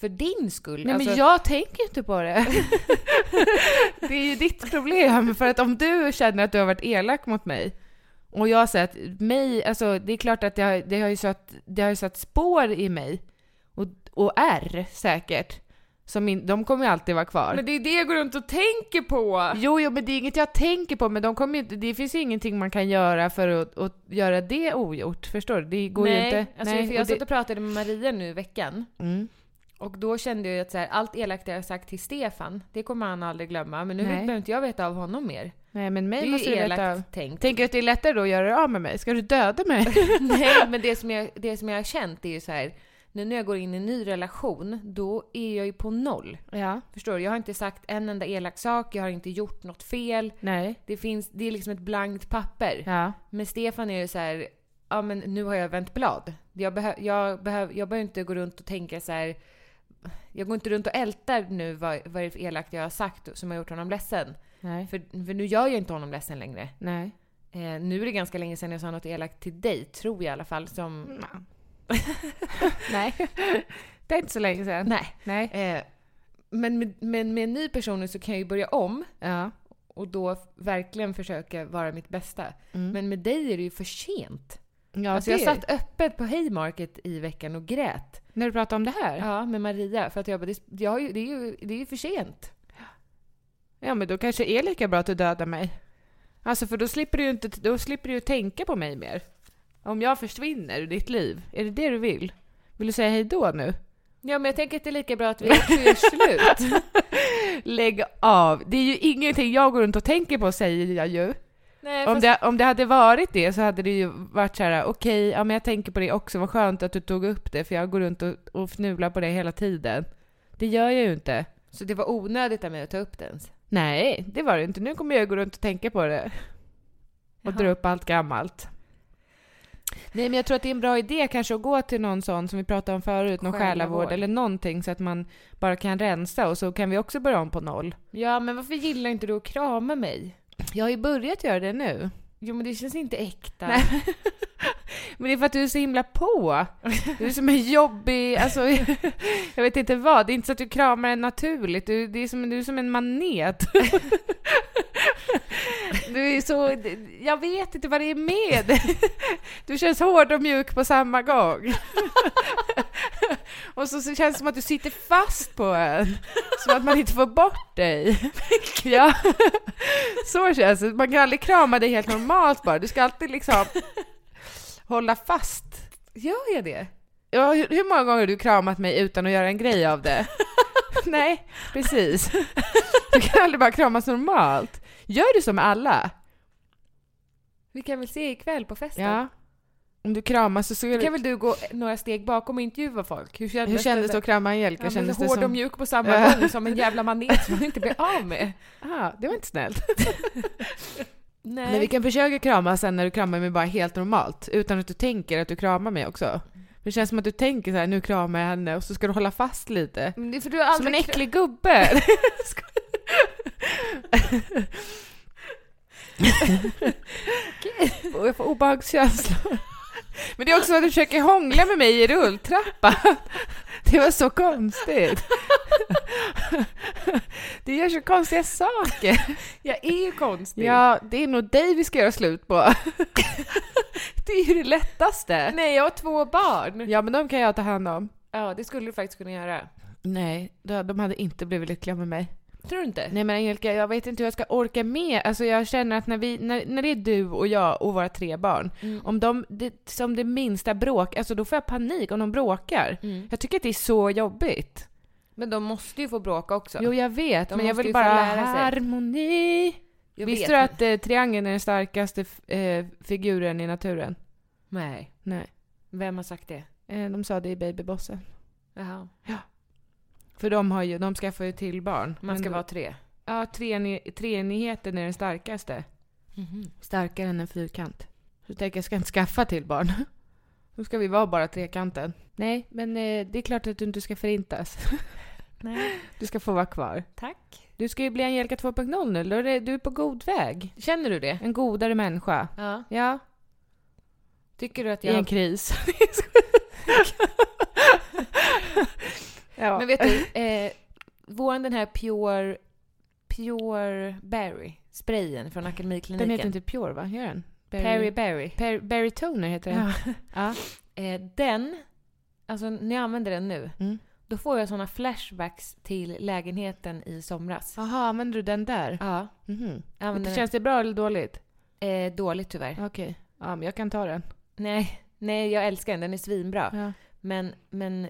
S3: För din skull.
S4: Nej,
S3: alltså-
S4: men jag tänker inte på det. det är ju ditt problem. För att om du känner att du har varit elak mot mig och jag säger att mig, alltså det är klart att det har, det har, ju, satt, det har ju satt spår i mig och, och är säkert. Som in, de kommer ju alltid vara kvar.
S3: Men det är det jag går runt och tänker på!
S4: Jo, jo, men det är inget jag tänker på, men de kommer ju, inte- det finns ju ingenting man kan göra för att, att göra det ogjort. Förstår du? Det går
S3: Nej,
S4: ju inte.
S3: Alltså,
S4: Nej,
S3: för
S4: och
S3: jag
S4: det-
S3: satt och pratade med Maria nu i veckan.
S4: Mm.
S3: Och då kände jag ju att så här, allt elakt jag har sagt till Stefan, det kommer han aldrig glömma. Men nu
S4: Nej.
S3: behöver inte jag veta av honom mer.
S4: Nej men mig
S3: det är
S4: måste
S3: ju
S4: du
S3: elakt
S4: veta av.
S3: tänkt.
S4: Tänker att det är lättare då att göra dig av med mig? Ska du döda mig?
S3: Nej, men det som, jag, det som jag har känt är ju så här. Nu när jag går in i en ny relation, då är jag ju på noll.
S4: ja.
S3: Förstår du? Jag har inte sagt en enda elak sak, jag har inte gjort något fel.
S4: Nej.
S3: Det, finns, det är liksom ett blankt papper.
S4: Ja.
S3: Men Stefan är ju så här, ja men nu har jag vänt blad. Jag, behö, jag, behöv, jag behöver inte gå runt och tänka så här. Jag går inte runt och ältar nu vad, vad det är för elakt jag har sagt som har gjort honom ledsen.
S4: Nej.
S3: För, för nu gör jag inte honom ledsen längre.
S4: Nej.
S3: Eh, nu är det ganska länge sedan jag sa något elakt till dig, tror jag i alla fall. Som,
S4: Nej. Mm. det är inte så länge sedan.
S3: Nej.
S4: Nej.
S3: Eh, men, med, men med en ny person nu så kan jag ju börja om
S4: Ja.
S3: och då f- verkligen försöka vara mitt bästa.
S4: Mm.
S3: Men med dig är det ju för sent.
S4: ja
S3: alltså
S4: det
S3: jag
S4: är-
S3: satt öppet på Haymarket i veckan och grät.
S4: När du pratade om det här? Ja.
S3: Ja, med Maria. För att jag bara, det, jag har ju, det, är ju, det är ju för sent.
S4: men då kanske det är lika bra att du dödar mig. Alltså för då slipper du ju inte, då slipper du ju tänka på mig mer. Om jag försvinner ur ditt liv, är det det du vill? Vill du säga hej då nu?
S3: Ja, men jag tänker att det är lika bra att vi också gör slut.
S4: Lägg av! Det är ju ingenting jag går runt och tänker på säger jag ju.
S3: Nej,
S4: Om
S3: Eh, fast-
S4: det, om det hade varit det så hade det ju varit så här: okej, ja men jag tänker på det också, vad skönt att du tog upp det för jag går runt och, och fnular på det hela tiden. Det gör jag ju inte.
S3: Så det var onödigt av mig att ta upp den.
S4: Nej, det var det inte. Nu kommer jag gå runt och tänka på det. Och
S3: Jaha.
S4: dra upp allt gammalt. Nej, men jag tror att det är en bra idé kanske att gå till någon sån som vi pratade om förut, någon
S3: Själavård.
S4: själavård eller någonting så att man bara kan rensa och så kan vi också börja om på noll.
S3: Ja, men varför gillar inte du att krama mig?
S4: Jag har ju börjat göra det nu.
S3: Jo, men det känns inte äkta.
S4: Nej. Men det är för att du är så himla på. Du är som en jobbig, alltså jag vet inte vad. Det är inte så att du kramar en naturligt. Du, det är som, du är som en manet. Du är så, jag vet inte vad det är med dig. Du känns hård och mjuk på samma gång. Och så, så känns det som att du sitter fast på en. Som att man inte får bort dig. Ja. Så känns det. Man kan aldrig krama dig helt normalt bara. Du ska alltid liksom hålla fast.
S3: Gör jag det?
S4: Ja, hur, hur många gånger har du kramat mig utan att göra en grej av det? Nej, precis. Du kan aldrig bara kramas normalt. Gör du som alla?
S3: Vi kan väl se ikväll på festen?
S4: Ja. Om du kramas så ser
S3: Då kan
S4: du...
S3: väl du gå några steg bakom och intervjua folk? Hur kändes
S4: Hur kändes det
S3: det?
S4: att krama Angelica?
S3: Ja, men
S4: kändes
S3: hård
S4: det
S3: och
S4: som...
S3: mjuk på samma
S4: Ja.
S3: gång som en jävla manet som man inte blir av med.
S4: Ah, det var inte snällt.
S3: Nej.
S4: Men vi kan försöka krama sen när du kramar mig bara helt normalt. Utan att du tänker att du kramar mig också. Det känns som att du tänker så här, nu kramar jag henne och så ska du hålla fast lite.
S3: Men det är för du har
S4: Som en
S3: aldrig...
S4: äcklig gubbe! Och jag får obehagskänslor. Men det är också att du försöker hångla med mig i rulltrappan. Det var så konstigt. Du gör så konstiga saker.
S3: Jag är ju konstig.
S4: Ja, det är nog dig vi ska göra slut på. Det är ju det lättaste.
S3: Nej, jag har två barn.
S4: Ja, men de kan jag ta hand om.
S3: Ja, det skulle du faktiskt kunna göra.
S4: Nej, de hade inte blivit lyckliga med mig.
S3: Tror du inte?
S4: Nej men Angelica, jag vet inte hur jag ska orka med. Alltså jag känner att när, vi, när, när det är du och jag och våra tre barn,
S3: Mm.
S4: om de, det, som det minsta bråk, alltså då får jag panik om de bråkar.
S3: Mm.
S4: Jag tycker att det är så jobbigt.
S3: Men de måste ju få bråka också.
S4: Jo jag vet,
S3: De
S4: men jag
S3: måste
S4: vill
S3: ju
S4: bara
S3: få
S4: ha
S3: lära sig.
S4: harmoni.
S3: jag
S4: Visste
S3: vet.
S4: du att eh, triangeln är den starkaste f- eh, figuren i naturen?
S3: Nej.
S4: Nej.
S3: Vem har sagt det?
S4: Eh, de sa det i Babybossen.
S3: Jaha.
S4: För de, har ju, de skaffar ju till barn.
S3: Man
S4: Men
S3: ska
S4: då-
S3: vara tre.
S4: Ja, treeni- treenigheten är den starkaste.
S3: Mhm.
S4: Starkare än en fyrkant. Så tänker jag, jag ska inte skaffa till barn. Då ska vi vara bara trekanten. Nej, men eh, det är klart att du inte ska förintas.
S3: Nej.
S4: Du ska få vara kvar.
S3: Tack.
S4: Du ska ju bli Angelica 2.0 nu. Då är det- Du är på god väg.
S3: Känner du det?
S4: En godare människa.
S3: Ja.
S4: Ja,
S3: Tycker du att
S4: i
S3: jag...
S4: en kris. ja.
S3: Men vet du, eh, våran den här Pure... Pure Berry sprayen från Akademikliniken.
S4: Den heter inte Pure, va? Gör den?
S3: Perry Berry.
S4: Perry, Berry Toner heter den.
S3: Ja.
S4: Ja.
S3: Eh, den, alltså när jag använder den nu,
S4: Mm.
S3: då får jag såna flashbacks till lägenheten i somras.
S4: Jaha, använder du den där?
S3: Ja.
S4: Mhm.
S3: Jag använder
S4: Känns det bra eller dåligt?
S3: den. Eh, dåligt tyvärr.
S4: Okej. Ja, men jag kan ta den.
S3: Nej, nej, jag älskar den. Den är svinbra.
S4: Ja.
S3: Men, men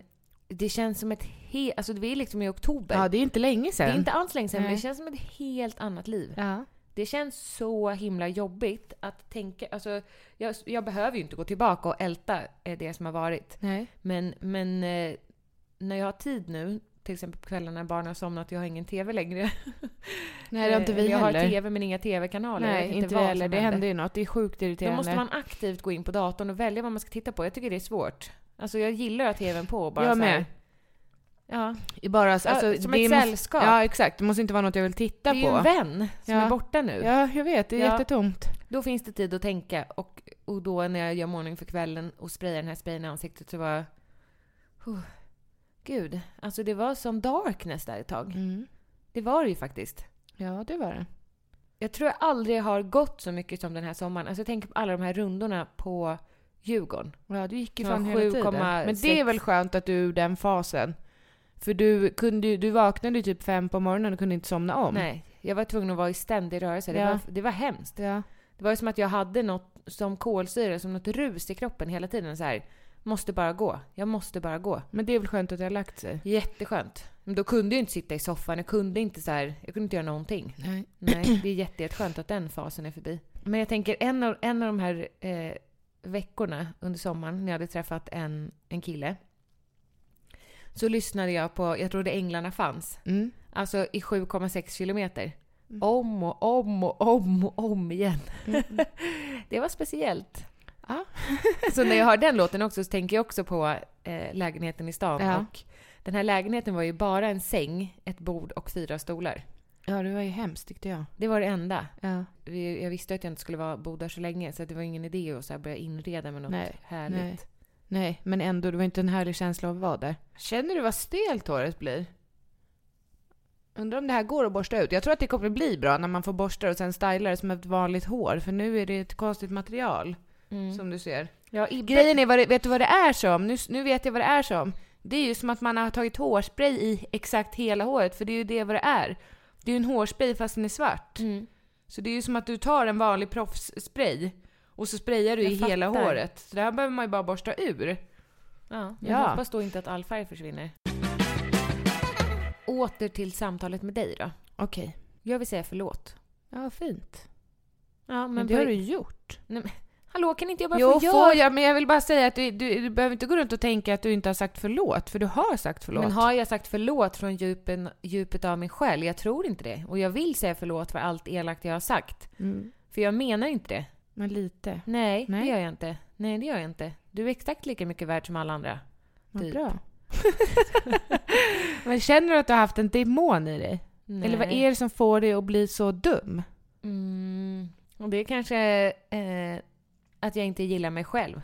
S3: det känns som ett helt... Alltså vi är liksom i oktober.
S4: Ja,
S3: det,
S4: det är inte länge sedan.
S3: är inte alls länge sedan, men
S4: Nej.
S3: det känns som ett helt annat liv.
S4: Ja.
S3: Det känns så himla jobbigt att tänka... Alltså, jag, jag behöver ju inte gå tillbaka och älta eh, det som har varit.
S4: Nej.
S3: Men, men eh, när jag har tid nu, till exempel på kvällarna när barnen har somnat och jag har ingen TV längre.
S4: Nej, det har inte
S3: Eh,
S4: vi
S3: jag
S4: heller.
S3: har TV men inga TV-kanaler. jag
S4: Nej,
S3: vet
S4: inte vi
S3: vad som
S4: heller. Det händer ju något. Det är sjukt
S3: Då
S4: irriterande.
S3: måste man aktivt gå in på datorn och välja vad man ska titta på. Jag tycker det är svårt. Alltså jag gillar att ha TVn på och bara
S4: Jag
S3: så här,
S4: med.
S3: Ja.
S4: I Bara, alltså,
S3: som
S4: det
S3: ett
S4: måste-
S3: sällskap.
S4: Ja, exakt. Det måste inte vara något jag vill titta
S3: Det är ju
S4: på.
S3: en vän som
S4: Ja.
S3: är borta nu.
S4: Ja, jag vet. Det är
S3: Ja.
S4: jättetomt.
S3: Då finns det tid att tänka och, och då när jag gör morgonen för kvällen och sprayar den här sprayen i ansiktet så var oh, Gud, alltså det var som darkness där ett tag.
S4: Mm.
S3: Det var det ju faktiskt.
S4: Ja, det var det.
S3: Jag tror jag aldrig har gått så mycket som den här sommaren. Alltså jag tänker på alla de här rundorna på Djurgården.
S4: Ja, du gick ju
S3: Ja,
S4: fan hela tiden.
S3: 7,6.
S4: Men det är väl skönt att du är ur den fasen. För du, kunde, ju- du vaknade ju typ fem på morgonen och kunde inte somna om.
S3: Nej, jag var tvungen att vara i ständig rörelse. Det,
S4: Mm. Ja.
S3: var, det var hemskt.
S4: Ja.
S3: Det var ju som att jag hade något som kolsyra, som något rus i kroppen hela tiden. Så här, måste bara gå. Jag måste bara gå.
S4: Men det är väl skönt att det har lagt sig?
S3: Jätteskönt. Men då kunde jag ju inte sitta i soffan. Jag kunde inte så här, jag kunde inte göra någonting.
S4: Nej.
S3: Nej, det är jätte- jätteskönt att den fasen är förbi. Men jag tänker en av, en av de här eh, veckorna under sommaren när jag hade träffat en, en kille. Så lyssnade jag på, jag trodde Änglarna fanns.
S4: Mm.
S3: Alltså i 7,6 kilometer. Om och om och om och om igen. det var speciellt.
S4: Mm. Ja.
S3: så när jag hör den låten också så tänker jag också på eh, lägenheten i stan.
S4: Ja.
S3: Och den här lägenheten var ju bara en säng, ett bord och fyra stolar.
S4: Ja, det var ju hemskt tyckte jag.
S3: Det var det enda.
S4: Ja.
S3: Vi- Jag visste att jag inte skulle vara, bo där så länge så att det var ingen idé att så här börja inreda med något
S4: Nej,
S3: härligt.
S4: nej. Nej, men ändå, det var inte en härlig känsla av att vara där. Känner du vad stelt håret blir? Undrar om det här går att borsta ut. Jag tror att det kommer bli bra när man får borsta och sen styla det som ett vanligt hår. För nu är det ett konstigt material,
S3: Mm.
S4: som du ser.
S3: Ja, Ibbe,
S4: Grejen är, vad det, vet du vad det är som? Nu, nu vet jag vad det är som. Det är ju som att man har tagit hårspray i exakt hela håret, för det är ju det vad det är. Det är ju en hårspray fast den är svart.
S3: Mm.
S4: Så det är ju som att du tar en vanlig proffsspray och så sprayar du
S3: Jag
S4: i hela
S3: fattar.
S4: håret. Så det här behöver man ju bara borsta ur.
S3: ja, jag
S4: Ja.
S3: hoppas då inte att all färg försvinner. Åter till samtalet med dig då.
S4: Okej.
S3: Jag vill säga förlåt.
S4: Ja, fint.
S3: Ja, men,
S4: Men det
S3: på-
S4: har du gjort.
S3: Nej, men, hallå, kan inte jag bara
S4: Jo,
S3: få
S4: får jag, men jag vill bara säga att du, du, du behöver inte gå runt och tänka att du inte har sagt förlåt, för du har sagt förlåt.
S3: Men har jag sagt förlåt från djupen, djupet av min själ? Jag tror inte det. Och jag vill säga förlåt för allt elakt jag har sagt.
S4: mm.
S3: För jag menar inte det.
S4: Men lite.
S3: Nej,
S4: Nej.
S3: det gör jag inte. Nej, det gör jag inte. Du är exakt lika mycket värd som alla andra.
S4: Vad
S3: Typ.
S4: bra. men känner du att du har haft en demon i dig? Eller vad är det som får dig att bli så dum?
S3: Mm, och det är kanske eh, att jag inte gillar mig själv,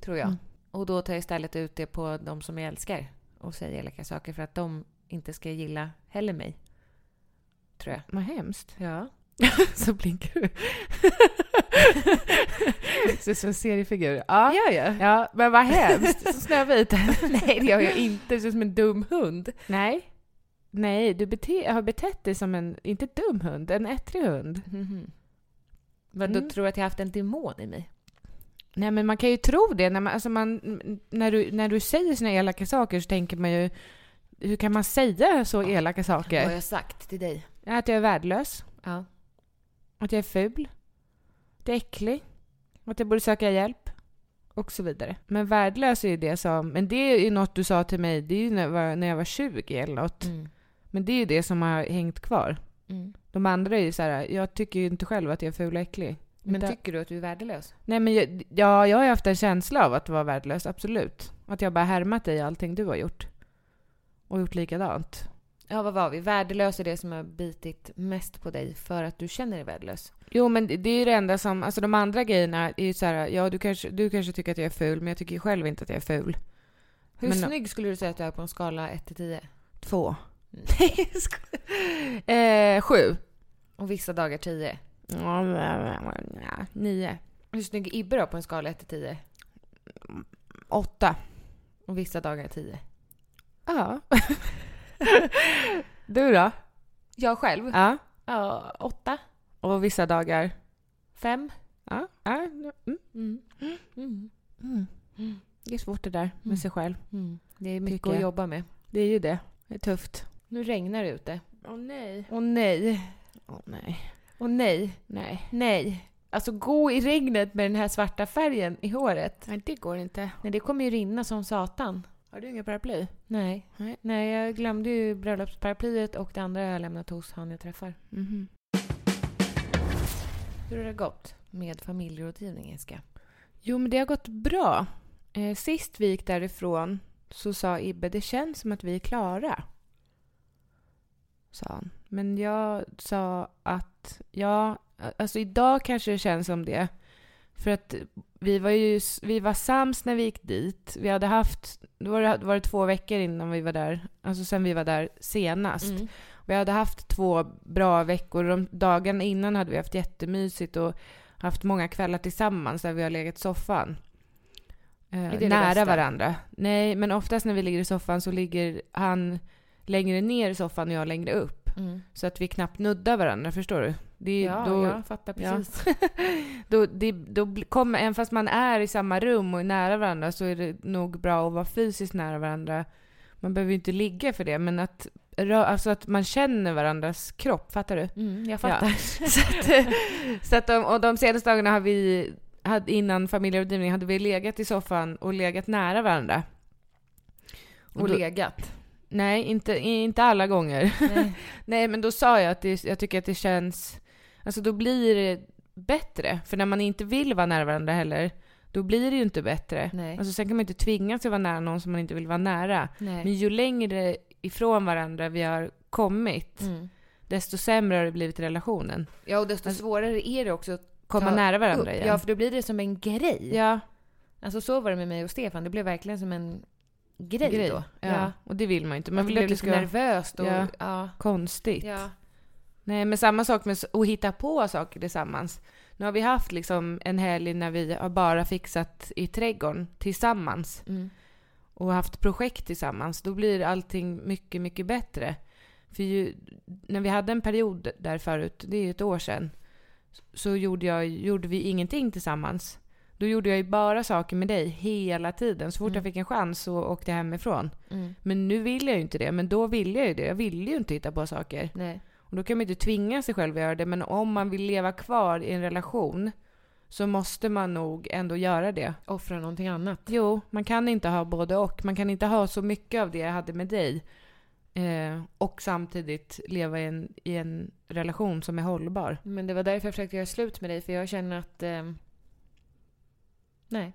S3: tror jag.
S4: Mm.
S3: Och då tar jag istället ut det på de som jag älskar och säger elaka saker för att de inte ska gilla heller mig. Tror jag.
S4: Vad hemskt.
S3: Ja.
S4: så blinkar du. Det ser ut som en seriefigur. Ja.
S3: Gör jag?
S4: ja, men vad hemskt. Så snövit.
S3: Nej, det gör jag inte. Det ser ut som en dum hund.
S4: Nej. Nej, du bete, har betett dig som en, inte dum hund, en ettrig hund.
S3: Mhm. Men då
S4: Mm.
S3: tror jag att jag haft en demon i mig.
S4: Nej men man kan ju tro det. När, man, alltså man, när, du, när du säger såna elaka saker så tänker man ju, hur kan man säga så elaka
S3: Vad har
S4: saker?
S3: jag sagt till dig?
S4: Att jag är värdelös,
S3: Ja.
S4: att jag är ful, att jag är äcklig, att jag borde söka hjälp och så vidare. Men värdelös är ju det som, men det är ju något du sa till mig, det är ju när jag var, när jag var 20 eller något.
S3: Mm.
S4: Men det är ju det som har hängt kvar.
S3: Mm.
S4: De andra är ju så här, jag tycker ju inte själv att jag är ful och äcklig.
S3: Men
S4: Utan-
S3: tycker du att du är värdelös?
S4: Nej men jag, ja, jag har ju haft en känsla av att vara värdelös, absolut. Att jag bara härmat dig i allting du har gjort. Och gjort likadant.
S3: Ja, vad var vi? Värdelös är det som har bitit mest på dig för att du känner dig värdelös.
S4: Jo men det- det är ju det enda som, alltså de andra grejerna är ju så här, ja du kanske, du kanske tycker att jag är ful men jag tycker ju själv inte att jag är ful.
S3: Hur
S4: Men-
S3: snygg skulle du säga att du är på en skala 1 till Mm. 10?
S4: Två. Nej, jag skojar. eh, Sju.
S3: Och vissa dagar 10.
S4: Ja, ja, Nio.
S3: Hur snygg är Ibbe då på en skala 1 till 10?
S4: Åtta.
S3: Och vissa dagar 10.
S4: Ja. du då?
S3: Jag själv?
S4: Ja.
S3: Ja, 8.
S4: Och vissa dagar?
S3: 5.
S4: Ja. ja. Mm.
S3: Mm. Mm.
S4: Det är svårt det där med sig själv.
S3: Det är mycket
S4: Tycker
S3: att
S4: jag.
S3: jobba med.
S4: Det är ju det. Det är tufft.
S3: Nu regnar det ute.
S4: Åh nej.
S3: Åh nej.
S4: Åh nej.
S3: Åh nej.
S4: Nej.
S3: Nej. Alltså gå i regnet med den här svarta färgen i håret.
S4: Nej, det går inte.
S3: Nej, det kommer ju rinna som satan.
S4: Har du ingen paraply?
S3: Nej.
S4: Nej.
S3: Nej, jag glömde ju bröllopsparaplyet och det andra har jag lämnat hos han jag träffar.
S4: Mhm.
S3: Hur har det gått med familjerådgivningen, Ska?
S4: Jo, men det har gått bra. Eh, sist vi gick därifrån så sa Ibbe, det känns som att vi är klara. Sa han. Men jag sa att, ja, alltså idag kanske det känns som det. För att vi var ju, vi var sams när vi gick dit. Vi hade haft, då var det, var det två veckor innan vi var där, alltså sen vi var där senast.
S3: Mm.
S4: Vi hade haft två bra veckor. De dagen innan hade vi haft jättemysigt och haft många kvällar tillsammans där vi har legat i soffan. Eh,
S3: Är det det
S4: nära
S3: bästa?
S4: varandra. Nej, men oftast när vi ligger i soffan så ligger han längre ner i soffan och jag längre upp.
S3: Mm.
S4: Så att vi knappt nuddar varandra, förstår du? Det är,
S3: Ja,
S4: då,
S3: jag fattar
S4: ja.
S3: precis.
S4: då, det, då bl- kommer, även fast man är i samma rum och är nära varandra så är det nog bra att vara fysiskt nära varandra. Man behöver ju inte ligga för det, men att, rö- alltså att man känner varandras kropp, fattar du?
S3: Mm, jag fattar.
S4: Så att, så att de, och de senaste dagarna har vi, hade, innan familjerådgivning hade vi legat i soffan och legat nära varandra. Och
S3: Och
S4: då-
S3: legat.
S4: Nej, inte, inte alla gånger.
S3: Nej.
S4: Nej, men då sa jag att det, jag tycker att det känns... Alltså då blir det bättre. För när man inte vill vara nära varandra heller, då blir det ju inte bättre.
S3: Nej.
S4: Alltså sen kan man ju inte tvinga sig att vara nära någon som man inte vill vara nära. Men
S3: Nej.
S4: ju längre ifrån varandra vi har kommit,
S3: Mm. Alltså-
S4: desto sämre har det blivit i relationen.
S3: Ja, och desto svårare är det också att
S4: Komma
S3: Ta
S4: nära varandra
S3: upp.
S4: igen.
S3: Ja, för då blir det som en grej.
S4: ja,
S3: Alltså så var det med mig och Stefan. Det blev verkligen som en grej,
S4: grej.
S3: då.
S4: Ja. och det vill man ju inte. Man
S3: Man
S4: vill ju
S3: blev
S4: att det
S3: lite
S4: ska vara
S3: nervöst och...
S4: Ja.
S3: ja.
S4: konstigt.
S3: ja.
S4: Nej, men samma sak med s- att hitta på saker tillsammans. Nu har vi haft liksom en helg när vi har bara fixat i trädgården tillsammans
S3: Mm.
S4: och haft projekt tillsammans. Då blir allting mycket, mycket bättre. För ju, när vi hade en period där förut, det är ju ett år sedan, så gjorde, jag, gjorde vi ingenting tillsammans. Då gjorde jag ju bara saker med dig hela tiden. Så fort
S3: Mm.
S4: jag fick en chans så åkte jag hemifrån.
S3: Mm.
S4: Men nu vill jag ju inte det. Men då ville jag ju det. Jag ville ju inte hitta på saker.
S3: Nej.
S4: Och då kan man ju inte tvinga sig själv att göra det, men om man vill leva kvar i en relation så måste man nog ändå göra det.
S3: Offra någonting annat.
S4: Jo, man kan inte ha både och. Man kan inte ha så mycket av det jag hade med dig eh, och samtidigt leva i en, i en relation som är hållbar.
S3: Men det var därför jag försökte göra slut med dig, för jag känner att... ehm, nej.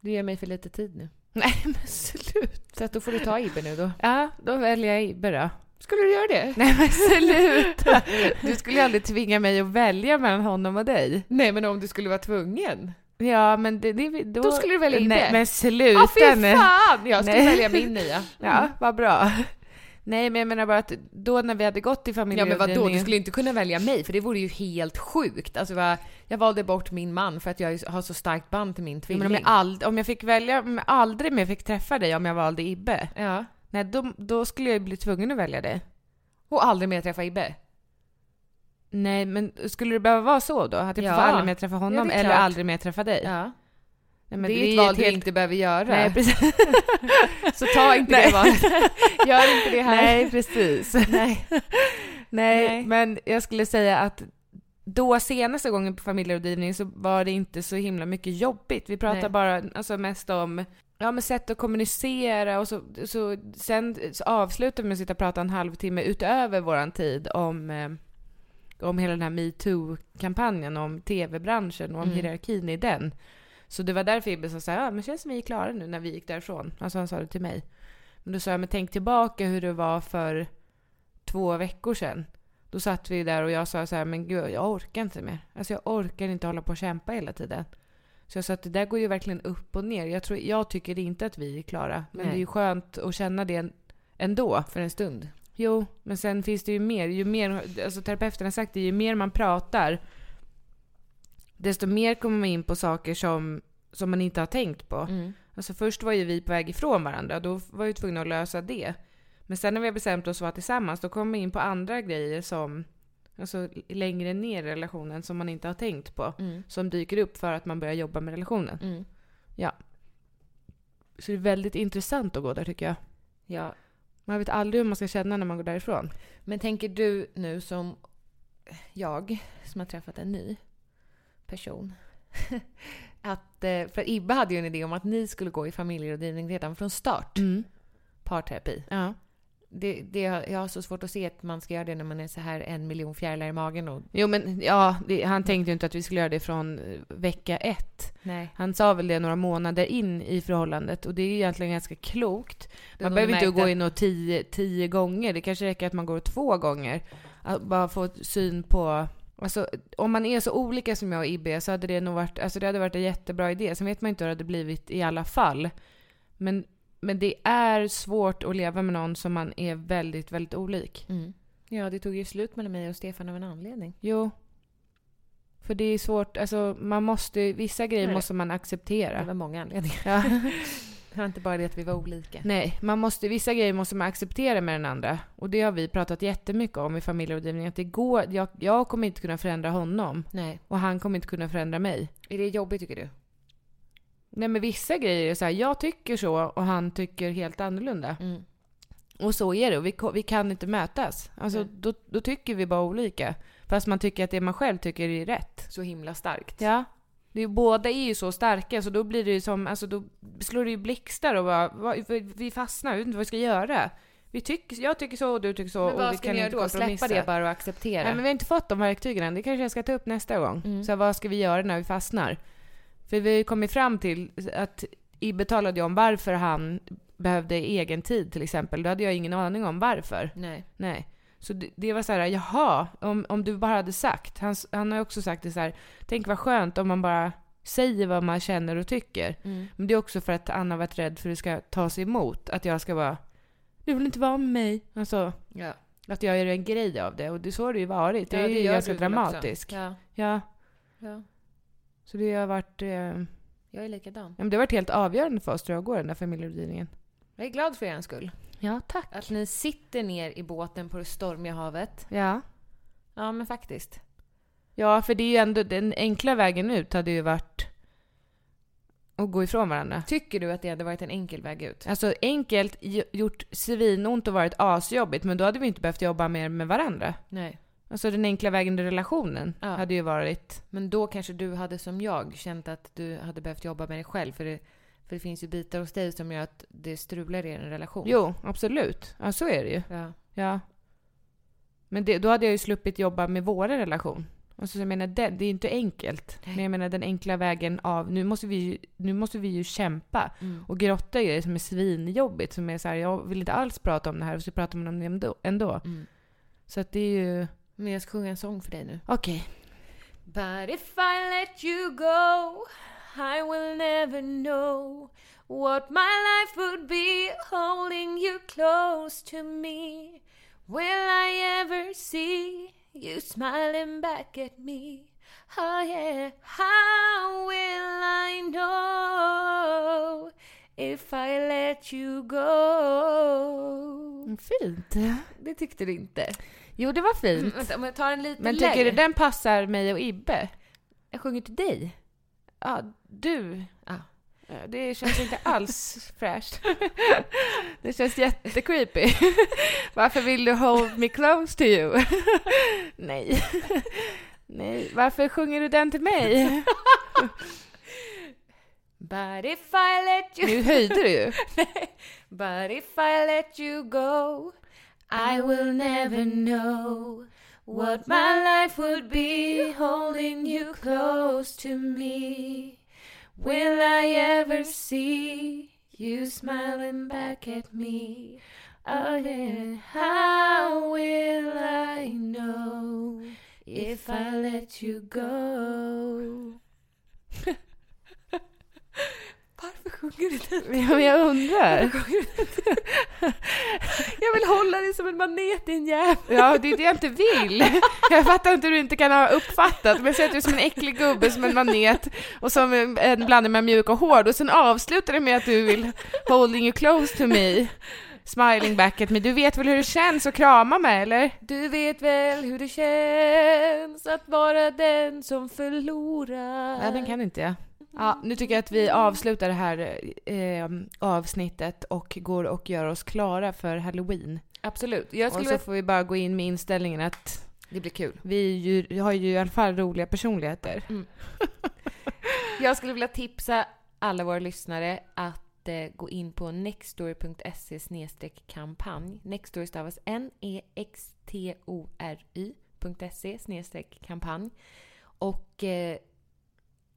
S3: Du ger mig för lite tid nu.
S4: Nej, men slut.
S3: Så att då får du ta Ibbe nu då.
S4: Ja, då väljer jag Ibbe då.
S3: Skulle du göra det?
S4: Nej, men sluta! Du skulle ju aldrig tvinga mig att välja mellan honom och dig.
S3: Nej, men om du skulle vara tvungen.
S4: Ja, men det... det då...
S3: Då skulle du välja Ibbe.
S4: Nej, men sluta
S3: Åh fy
S4: nu.
S3: fan! Jag skulle
S4: Nej.
S3: välja min Mm. nia.
S4: Ja, vad bra. Nej, men jag menar bara att då när vi hade gått till
S3: Ja men
S4: familjerådgivningen...
S3: vadå, du skulle inte kunna välja mig för det vore ju helt sjukt. Alltså vad- jag valde bort min man för att jag har så starkt band till min
S4: Ja, men
S3: tvilling.
S4: om, jag ald- om jag fick välja, om jag aldrig mer fick träffa dig om jag valde Ibbe,
S3: ja.
S4: nej då, då skulle jag ju bli tvungen att välja dig.
S3: Och aldrig mer träffa Ibbe.
S4: Nej, men skulle det behöva vara så då? Att jag
S3: Ja.
S4: får aldrig mer träffa
S3: Ja,
S4: honom
S3: det är
S4: eller
S3: klart.
S4: aldrig mer träffa dig?
S3: Ja.
S4: Nej, men
S3: det är
S4: ju
S3: ett val
S4: ett
S3: du
S4: helt-
S3: inte behöver göra.
S4: Nej, precis.
S3: Så ta inte
S4: Nej.
S3: det valet. Gör inte det här.
S4: Nej, precis.
S3: Nej.
S4: Nej,
S3: Nej.
S4: men jag skulle säga att då senaste gången på familjerådgivning så var det inte så himla mycket jobbigt. Vi pratade
S3: Nej.
S4: bara alltså, mest om ja, men sätt att kommunicera och så, så sen så avslutade vi med att sitta och prata en halvtimme utöver våran tid om, eh, om hela den här metoo-kampanjen, om tv-branschen och om
S3: Mm.
S4: hierarkin i den. Så det var därför Ibbe sa såhär, ja men känns som vi är klara nu när vi gick därifrån. Alltså han sa det till mig. Men då sa jag, men tänk tillbaka hur det var för två veckor sedan. Då satt vi där och jag sa så här, men gud jag orkar inte mer. Alltså jag orkar inte hålla på och kämpa hela tiden. Så jag sa att det där går ju verkligen upp och ner. Jag, tror, jag tycker inte att vi är klara. Men
S3: Nej.
S4: det är ju skönt att känna det ändå.
S3: För en stund.
S4: Jo, men sen finns det ju mer. Ju mer alltså terapeuten har sagt det, ju mer man pratar desto mer kommer man in på saker som, som man inte har tänkt på.
S3: Mm,
S4: Alltså först var ju vi på väg ifrån varandra, då var vi tvungna att lösa det. Men sen när vi har bestämt oss för att vara tillsammans, då kommer vi in på andra grejer som, alltså längre ner i relationen som man
S3: mm,
S4: inte har tänkt på. Som dyker upp för att man börjar jobba med relationen.
S3: Mm.
S4: Ja. Så det är väldigt intressant att gå där tycker jag.
S3: Ja.
S4: Man vet aldrig hur man ska känna när man går därifrån.
S3: Men tänker du nu som jag, som har träffat en ny person. att, eh, för Ibbe hade ju en idé om att ni skulle gå i familjerådgivning redan från start. Parterapi.
S4: Mm. Ja.
S3: Det, det, jag har så svårt att se att man ska göra det när man är så här en miljon fjärilar i magen. Och,
S4: Jo men ja, det, han tänkte ju inte att vi skulle göra det från eh, vecka ett.
S3: nej.
S4: Han sa väl det några månader in i förhållandet och det är ju egentligen ganska klokt.
S3: Det är
S4: Man
S3: nog
S4: behöver inte
S3: märkt
S4: gå
S3: att-
S4: in och tio, tio gånger, det kanske räcker att man går två gånger. Att bara få syn på... Alltså, om man är så olika som jag och Ibbe så hade det nog varit, alltså det hade varit en jättebra idé. Sen vet man inte hur det hade blivit i alla fall. Men, men det är svårt att leva med någon som man är väldigt, väldigt olik.
S3: Mm. Ja, det tog ju slut mellan mig och Stefan av en anledning.
S4: Jo. För det är svårt, alltså man måste, vissa grejer
S3: Nej.
S4: måste man acceptera.
S3: Det var många anledningar.
S4: Ja.
S3: Det var inte bara det att vi var olika.
S4: Nej, man måste, vissa grejer måste man acceptera med den andra. Och det har vi pratat jättemycket om i familjerådgivning. Att det går, jag, jag kommer inte kunna förändra honom
S3: Nej.
S4: och han kommer inte kunna förändra mig.
S3: Är det jobbigt tycker du?
S4: Nej men vissa grejer är så här, jag tycker så och han tycker helt annorlunda.
S3: Mm.
S4: Och så är det och vi, ko- vi kan inte mötas. Alltså
S3: Mm.
S4: då, då tycker vi bara olika. Fast man tycker att det man själv tycker är rätt.
S3: Så himla starkt.
S4: Ja. Det är, ju- båda är ju så starka så då blir det ju som, alltså då slår det ju blixtar och bara, vad, vi- vi fastnar, vi vet inte vad vi ska göra. Vi tycker, jag tycker så och du tycker så
S3: Men
S4: och
S3: vad
S4: vi
S3: ska ni
S4: kan
S3: göra
S4: inte
S3: då? Släppa
S4: kompromissa.
S3: det bara och acceptera?
S4: Nej men vi har inte fått de verktygen än, det kanske jag ska ta upp nästa gång.
S3: Mm.
S4: Så här, vad ska vi göra när vi fastnar? För vi har ju kommit fram till att Ibbe talade ju om varför han behövde egen tid till exempel. Då hade jag ingen aning om varför.
S3: Nej.
S4: Nej. Så det, det var så här, jaha, om, om du bara hade sagt. Han, s- han har ju också sagt det så här, tänk vad skönt om man bara säger vad man känner och tycker. Men det är också för att Anna varit rädd för att det ska tas emot. Att jag ska vara, du vill inte vara med mig. Alltså,
S3: Ja.
S4: att jag gör en grej av det. Och det, så har det ju varit. Det är ju
S3: gör
S4: ganska
S3: du väl
S4: dramatiskt.
S3: också. Ja.
S4: Ja.
S3: ja.
S4: Så det har varit, eh, ja,
S3: Jag är likadan.
S4: men det har varit helt avgörande för oss tror jag, att gå den där familjerådgivningen.
S3: Jag är glad för er skull.
S4: Ja, tack.
S3: Att ni sitter ner i båten på det stormiga havet.
S4: Ja.
S3: Ja, men faktiskt.
S4: Ja, för det är ju ändå den enkla vägen ut hade ju varit att gå ifrån varandra.
S3: Tycker du att det hade varit en enkel väg ut?
S4: Alltså enkelt, gj- gjort svinont och varit asjobbigt, men då hade vi inte behövt jobba mer med varandra.
S3: Nej.
S4: Alltså den enkla vägen i relationen
S3: Ja.
S4: hade ju varit...
S3: Men då kanske du hade som jag känt att du hade behövt jobba med dig själv. För det, för det finns ju bitar hos dig som gör att det strular i en relation.
S4: Jo, absolut. Ja, så är det ju.
S3: Ja.
S4: Ja. Men det, då hade jag ju sluppit jobba med vår relation. Alltså jag menar, det, det är ju inte enkelt.
S3: Nej.
S4: Men jag menar den enkla vägen av, nu måste vi ju, nu måste vi ju kämpa.
S3: Mm.
S4: och grotta i grejer som är svinjobbigt. Som är så här, jag vill inte alls prata om det här och så pratar man om det ändå. ändå.
S3: Mm.
S4: Så att det är ju...
S3: Men jag ska sjunga en sång för dig nu.
S4: Okej.
S3: But if I let you go, I will never know what my life would be holding you close to me. Will I ever see you smiling back at me? Oh, yeah. How will I know if I let you go?
S4: Mm, Fint.
S3: Det tyckte du inte.
S4: Jo, det var fint.
S3: Vänta, om jag tar en liten
S4: Men tycker du
S3: längre.
S4: den passar mig och Ibbe?
S3: Jag sjunger till dig.
S4: Ja, du.
S3: Ja.
S4: Ja, Det känns inte alls fräscht. Det känns jättecreepy. Varför vill du hold me close to you? Nej. Nej, varför sjunger du den till mig?
S3: But if I let you
S4: Nu höjde du ju.
S3: But if I let you go, I will never know what my life would be holding you close to me. Will I ever see you smiling back at me? Oh, yeah. How will I know if I let you go? Varför sjunger du den?
S4: Ja, men jag undrar.
S3: Jag vill hålla dig som en manet din jävel.
S4: Ja, det är det jag inte vill. Jag fattar inte hur du inte kan ha uppfattat. Men säg att du är som en äcklig gubbe, som en manet och som en en blandning mellan mjuk och hård. Och sen avslutar det med att du vill holding you close to me, smiling back at me. Du vet väl hur det känns att krama mig, eller?
S3: Du vet väl hur det känns att vara den som förlorar?
S4: Nej, den kan inte jag. Ja,
S3: Mm.
S4: nu tycker jag att vi avslutar det här eh, avsnittet och går och gör oss klara för halloween.
S3: Absolut. Jag
S4: Och
S3: skulle
S4: så
S3: vilja...
S4: får vi bara gå in med inställningen att
S3: Det blir kul.
S4: vi, ju, vi har ju i alla fall roliga personligheter.
S3: Jag skulle vilja tipsa alla våra lyssnare att eh, gå in på nextdoor.se kampanj. Nextdoor stavas E n-e-x-t-o-r-y.se kampanj. Och eh,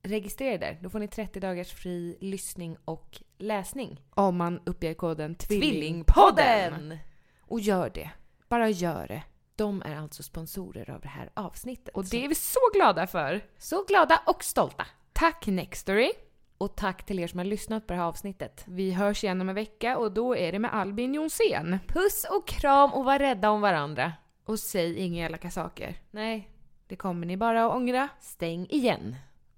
S3: registrera er där. Då får ni 30 dagars fri lyssning och läsning.
S4: Om man uppger koden Tvillingpodden.
S3: Tvillingpodden!
S4: Och gör det. Bara gör det.
S3: De är alltså sponsorer av det här avsnittet.
S4: Och det är vi så glada för.
S3: Så glada och stolta!
S4: Tack Nextory.
S3: Och tack till er som har lyssnat på det här avsnittet.
S4: Vi hörs igen om en vecka och då är det med Albin Jonsén.
S3: Puss och kram och var rädda om varandra.
S4: Och säg inga elaka saker.
S3: Nej,
S4: Det kommer ni bara att ångra.
S3: stäng igen.